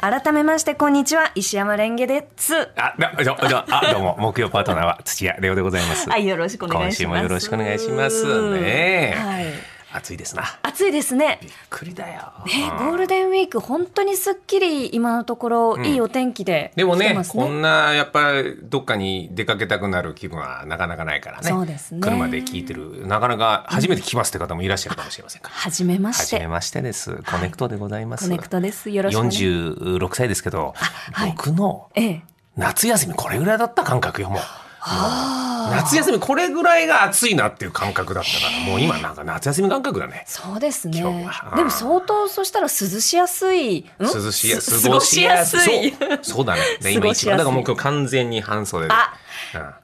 改めましてこんにちは石山レンゲでつあ、どどどあどうも、木曜パートナーは土屋レオでございます。はいよろしくお願いします今週もよろしくお願いします。ねえ、はい暑いですな。暑いですねびっくりだよ。ねゴールデンウィーク本当にすっきり今のところいいお天気ででも来てねますこんなやっぱりどっかに出かけたくなる気分はなかなかないからねそうですね車で聞いてるなかなか初めて聞きますって方もいらっしゃるかもしれませんから。初めまはしじめてましてです。コネクトでございます。コネクトですよろしくお願いし46歳ですけど、はい僕のええ夏休みこれぐらいだった感覚よもう。もう夏休みこれぐらいが暑いなっていう感覚だったからもう今なんか夏休み感覚だねそうですね今日はでも相当そしたら涼しやすいん涼しいやす過ごしやすい過ごしやすいそうそう だねで過今ごし一やすい番だからもう今日完全に半袖であ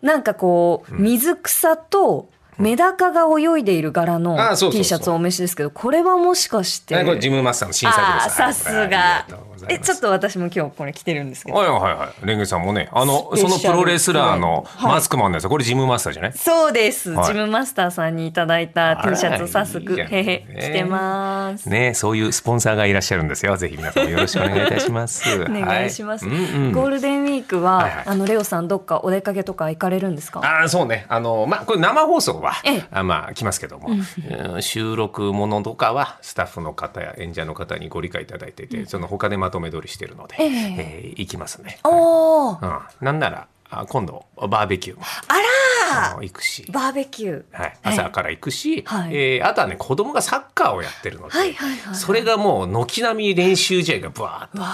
うんなんかこう、水草とメダカが泳いでいる柄のあそうそうそう T シャツをお召しですけど、これはもしかして。はいこれジムマスターの新作あーです。はさいすあがりがとうござ。いえ、まちすょっと私も今日これ着てるんですけど。はいはいはい。レンゲさんもね、あの、スペシそャルのプロレスラーのはいマスクマンですよ。これジムマスターじゃないそうです、はいジムマスターさんにいただいた T シャツを早速、あらいいじゃへんへ、着てます。ね、そういうスポンサーがいらっしゃるんですよ。ぜひ皆さんもよろしくお願いいたします。お お願いします、うんうゴんールデンウィークは、はいはいあのレオさんどっかお出かけとか行かれるんですか。ああそうねあのまあこれ生放送はええあまあ来ますけども、うん収録ものとかはスタッフの方や演者の方にご理解いただいていて、その他でまとめ撮りしてるので、えええー行きますね、おお、うん、なんならあ今度バーベキューもああの行くしら、バーベキュー。はい、朝から行くし、はいえーあとはね子供がサッカーをやってるので、はいはいはいはいそれがもう軒並み練習試合がブワーッとわ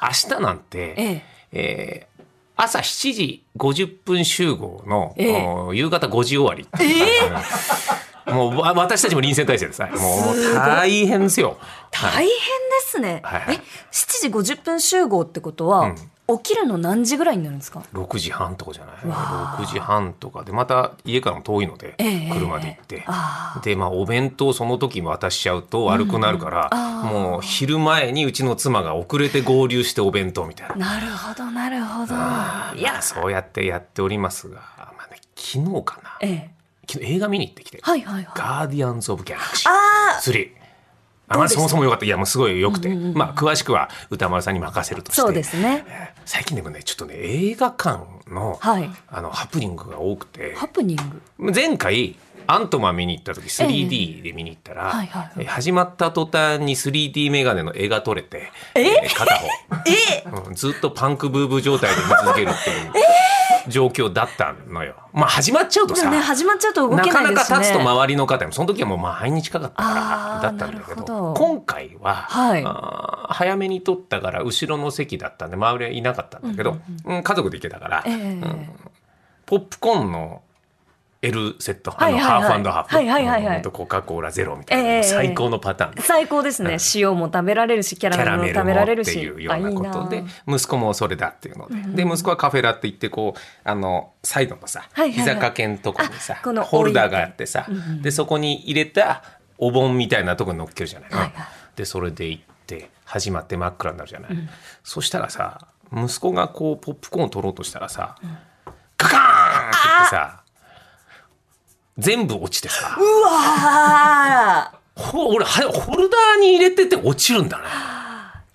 あ、明日なんて、えええー朝7時50分集合の、ええお夕方5時終わりっていう感じなんでもうわ私たちも臨戦態勢ですねもすごうい大変ですよ、はい大変ですね。はいはいえ、7時50分集合ってことは、起きるの何時ぐらいになるんですか。 6時半とかじゃないわあ6時半とかでまた家からも遠いので、ええ車で行って、あでまあお弁当その時も渡しちゃうと悪くなるから、あーもう昼前にうちの妻が遅れて合流してお弁当みたいなあ、。なるほど、なるほど。あーいや、そうやってやっておりますが、まあね、昨日かなええ、昨日映画見に行ってきて「はいはいはい。ガーディアンズ・オブ・ギャラクシーああ、 3」あまあ、どうでしたそもそも良かったいやもうすごい良くて、まあ、詳しくは歌丸さんに任せるとしてそうですね。えー最近でもねちょっとね映画館の,、はいあのハプニングが多くてハプニング。前回アントマン見に行った時 3D で見に行ったら、はいはいはいえー始まった途端に 3D メガネの絵が取れて、えー 片方、うんずっとパンクブーブー状態で見続けるっていう状況だったのよ。まあ始まっちゃうとでさ、もね、始まっちゃうと動なけかなないでかすね。立つと周りの方もその時はもう毎日近かったあかーらだったんだけどなるほど今回は、はいあー早めに撮ったから後ろの席だったんで周りはいなかったんだけど、うん家族で行けたから、ええうんポップコーンの L セット、はいはいはいあのハーフハーフ、はいはいはいはいうんほんとコカ・コーラゼロみたいな、ええ最高のパターン。最高ですね。塩も食べられるし、キャキャララメメルも食べられルもるってし。いうようなことあいでいな息子もそれだっていうので,、で息子はカフェラって言ってこうあのサイドのさ、はいはいはい膝掛けんとこにさあこのホルダーがあってさ、でそこに入れたお盆みたいなとこに乗っけるじゃない、はいはいでそれで行って始まって真っ暗になるじゃない、そしたらさ息子がこうポップコーン取ろうとしたらさ、カカーンって言ってさ全部落ちてさうわーほ俺はホルダーに入れてて落ちるんだね。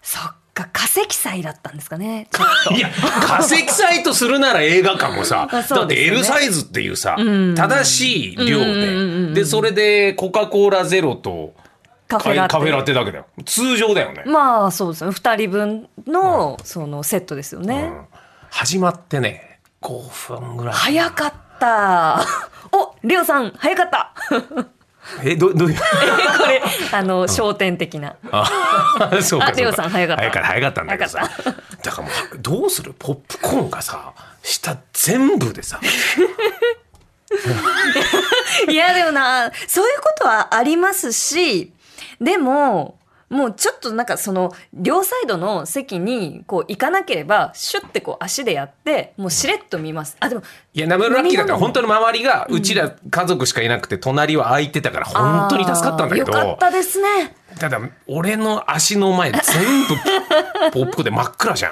そっか、化石祭だったんですかね。 いや化石サイトするなら映画館もさ、あそだうっですてよね L サイズっていうさん正しいう量んうんうんうんででそれでコカ・コーラゼロとカフェラテ。カフェラテだけだよ通常だよね、まあ、そうですね。二人分の、そのセットですよね。うん始まってね5分ぐらい早かった。 お、レオさん、早かった。 えどどういうこれ、あの、焦点的な。あそうかあそうレオさん早かった早か早かったんだけどさだからもうどうするポップコーンがさ下全部でさいや、でもな、そういうことはありますし、でも、もうちょっとなんかその、両サイドの席に、こう、行かなければ、シュッてこう、足でやって、もうしれっと見ます。あ、でも、いや、ナムラッキーだから、飲み物本当の周りが、うちら家族しかいなくて、隣は空いてたから、本当に助かったんだけど、あーよかったですね。ただ、俺の足 の前、全部、ポップコーンで真っ暗じゃん。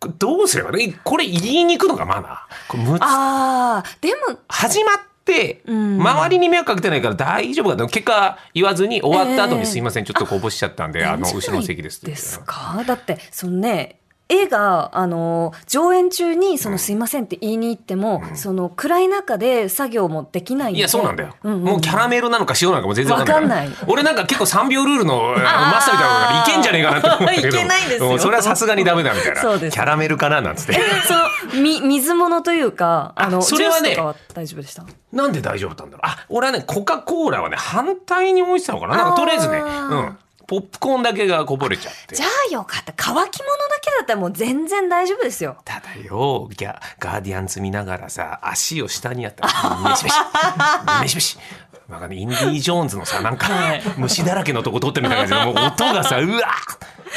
これどうすればねこれ言いに行くのがマナー。これむああ、でも、始まっって、うん周りに迷惑かけてないから大丈夫かと結果言わずに終わった後に「すいませんちょっとこぼしちゃったんで、あのいいんじ後ゃろないの席です」って言でってすかだってそのね映画あの上演中にそのすいませんって言いに行っても、その暗い中で作業もできないのでいやそうなんだよ、んんもうキャラメルなのか塩なのかも全然わかんなわかんないい俺なんか結構3秒ルールのあのマスターみたいなのがいけんじゃねえかなと思ったけ どいけないんですようそれはさすがにダメだみたいなそうですキャラメルかななんつってそのみ水物というかあのあそれはジューねスとかは大丈夫でしたなんで大丈夫だったんだろうあ俺はねコカ・コーラはね反対に置いてたのかななんあかーとりあえずね、うん、ポップコーンだけがこぼれちゃってじゃあよかった乾き物だけだったらもう全然大丈夫ですよただよギャガーディアンズ見ながらさ足を下にやったら メシメシメシメシなんかねインディ・ージョーンズのさなんか虫だらけのとこ撮ってるみたいな感じでもう音がさうわー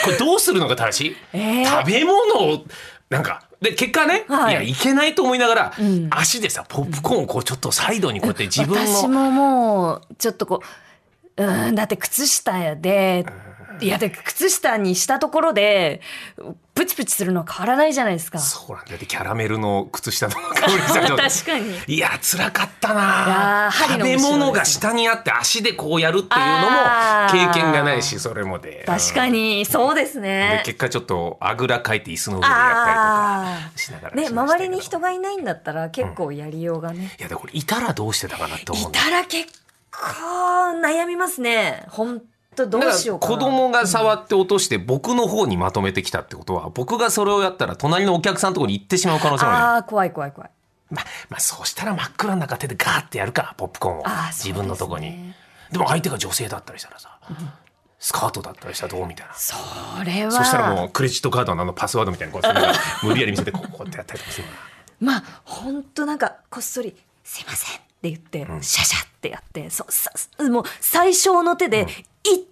これどうするのが正しい、えー食べ物をなんかで結果ね、、はいいやいけないと思いながら、うん足でさポップコーンをこうちょっとサイドにこうやって自分私のももうちょっとこううーんだって靴下でいやで靴下にしたところでプチプチするのは変わらないじゃないですかそうなんだよでキャラメルの靴下の香り さ確かにいや辛かったやなー食針のべ後ろですね物が下にあって足でこうやるっていうあのもー経験がないしそれもで確かうんにそうですでね結果ちょっとあぐらかいて椅子の上でやったりあとかしながあらねしましたけ周りどに人がいないんだったら結構やりようがね、いやでこれいたらどうしてたかなと思ういんだよたら結構悩みますね本当どうしようかなだから子供が触って落として僕の方にまとめてきたってことは僕がそれをやったら隣のお客さんのところに行ってしまう可能性もあるじゃんああ怖い怖い怖いまあ、まあ、そうしたら真っ暗の中手でガーってやるかポップコーンをあーそうですね自分のとこにで,、も相手が女性だったりしたらさスカートだったりしたらどうみたいなそれはそしたらもうクレジットカードのあのパスワードみた いにこうそれが無理やり見せてこうこうやってやったりとかするのかまあ本当なんかこっそり「すいません」って言って、んシャシャってやってそうさもう最小の手で1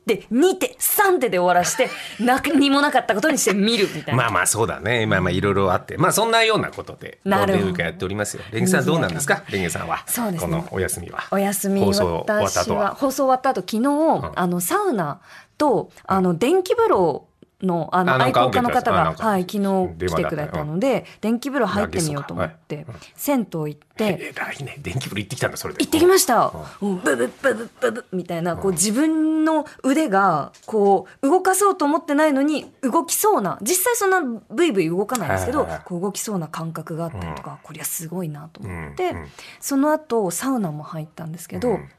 手2手3手で終わらして何もなかったことにして見るみたいなな。まあまあそうだねまあまあいろいろあってまあそんなようなことでゴーなるルデほどンウィークやっておりますよレンゲさんどうなんですかレンゲさんはそうですこねのお休みはお休み放送終わった私後はは放送終わった後昨日、あのサウナとあの電気風呂のあのあなん愛か好家の方あなんが、かはい、昨日来電話てだったくれたので電気風呂入ってみようと思って、銭湯行ってえらいね電気風呂行ってきたんだそれで行ってきました。うんブブブブブブみたいな、こう自分の腕が、こう、動かそうと思ってないのに、動きそうな、実際そんなブイブイ動かないんですけはどいはいはい、こう動きそうな感覚があったりとか、こりゃすごいなと思っうてんうん、その後、サウナも入ったんですけうどん、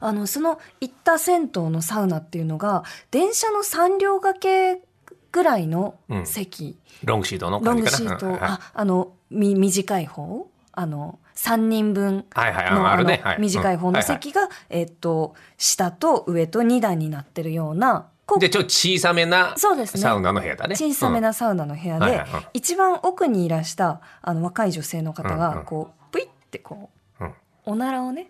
あの、その行った銭湯のサウナっていうのが、電車の3両掛けぐらいのうん席、ロングシートのロン感じグかなシート、うんあ、あの、み、短い方あの、3人分はいはいのああるねあのはい短い方の席が、えっと、下と上と2段になってるような、こうじゃあちょっと小さめなそうですねサウナの部屋だね。小さめなサウナの部屋うんはいではいはい、一番奥にいらした、あの、若い女性の方うんうんが、こう、ぷいってこうん。うんう、おならをね、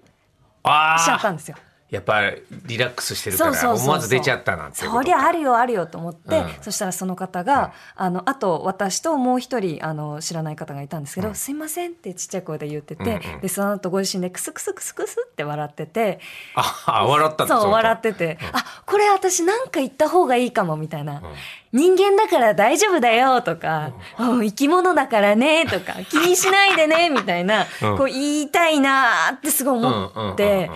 あしちゃったあ、んですよ。やっぱりリラックスしてるかそうそうらそうそう思わず出ちゃったなんていうこそとりゃあるよあるよと思って、うんそしたらその方が、あのあと私ともう一人あの知らない方がいたんですけど「うんすいません」ってちっちゃい声で言ってて、うんうんでその後ご自身でクスクスクスクスって笑っててああ笑ったんだそうの後笑ってて、あこれ私なんか言った方がいいかもみたいな、人間だから大丈夫だよとか、うん生き物だからねとか気にしないでねみたいな、うんこう言いたいなーってすごいうん思うんうんうんって。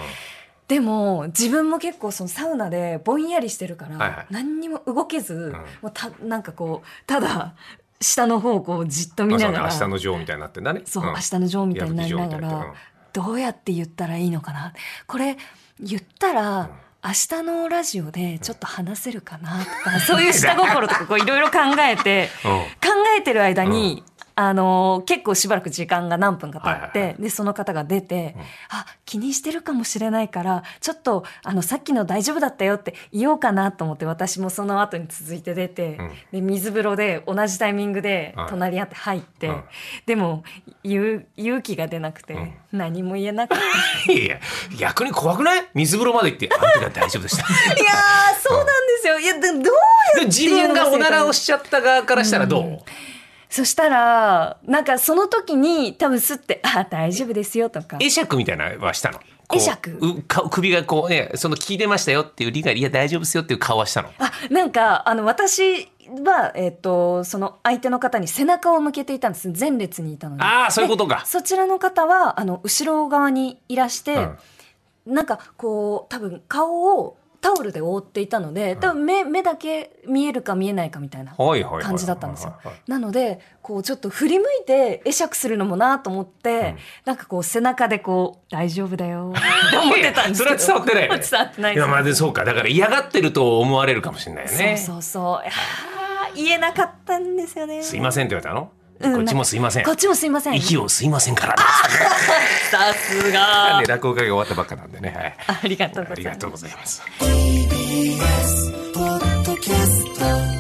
でも自分も結構そのサウナでぼんやりしてるから、はいはい何にも動けず、んもうたなんかこうただ下の方をこうじっと見まあそなうねが明ら日の女王みたいになってんだね。そう、ん明日のジョーみたいになりながいら、や不二女みどうやって言ったらいいのかなこれ言ったら、明日のラジオでちょっと話せるかなとか、そういう下心とかこういろいろ考えて、うん考えてる間に、あのー結構しばらく時間が何分か経って、はいはいでその方が出て、あ気にしてるかもしれないからちょっとあのさっきの大丈夫だったよって言おうかなと思って私もその後に続いて出て、うんで水風呂で同じタイミングではい隣り合って入って、うんでも言う勇気が出なくて、ん何も言えな くていやいや逆に怖くない？水風呂まで行ってあんたが大丈夫 でした。いやーそうなんですよいやでどうで自分がおならをしちゃった側からしたらどう？そしたらなんかその時に多分すって「あ大丈夫ですよ」とか会釈みたいなのはしたの。こう会釈うか首がこうねその聞いてましたよっていう理解いや大丈夫ですよっていう顔はしたの。あなんかあの私は、えっ、と、その相手の方に背中を向けていたんです。前列にいたので。ああそういうことでか。そちらの方は、あの、後ろ側にいらして、うんなんかこう多分顔をタオルで覆っていたので多分目目だけ見えるか見えないかみたいなはいはいはいはい感じだったんですよはいはい。なのでこうちょっと振り向いて会釈するのもなと思って、なんかこう背中でこう「大丈夫だよ」って思ってたんですけどいやそれは伝わってないよ ね伝わってないいやまあでそうかだから嫌がってると思われるかもしれないよね。そうそうそういやー言えなかったんですよねすいませんって言われたうんの。こっちもすいませんこ。っちもすいません息ををすいませんから。さすがね落語会が終わったばっかなんでね。 はい。ありがとうござありいまがすとうございます。 TBS ポッドキャスト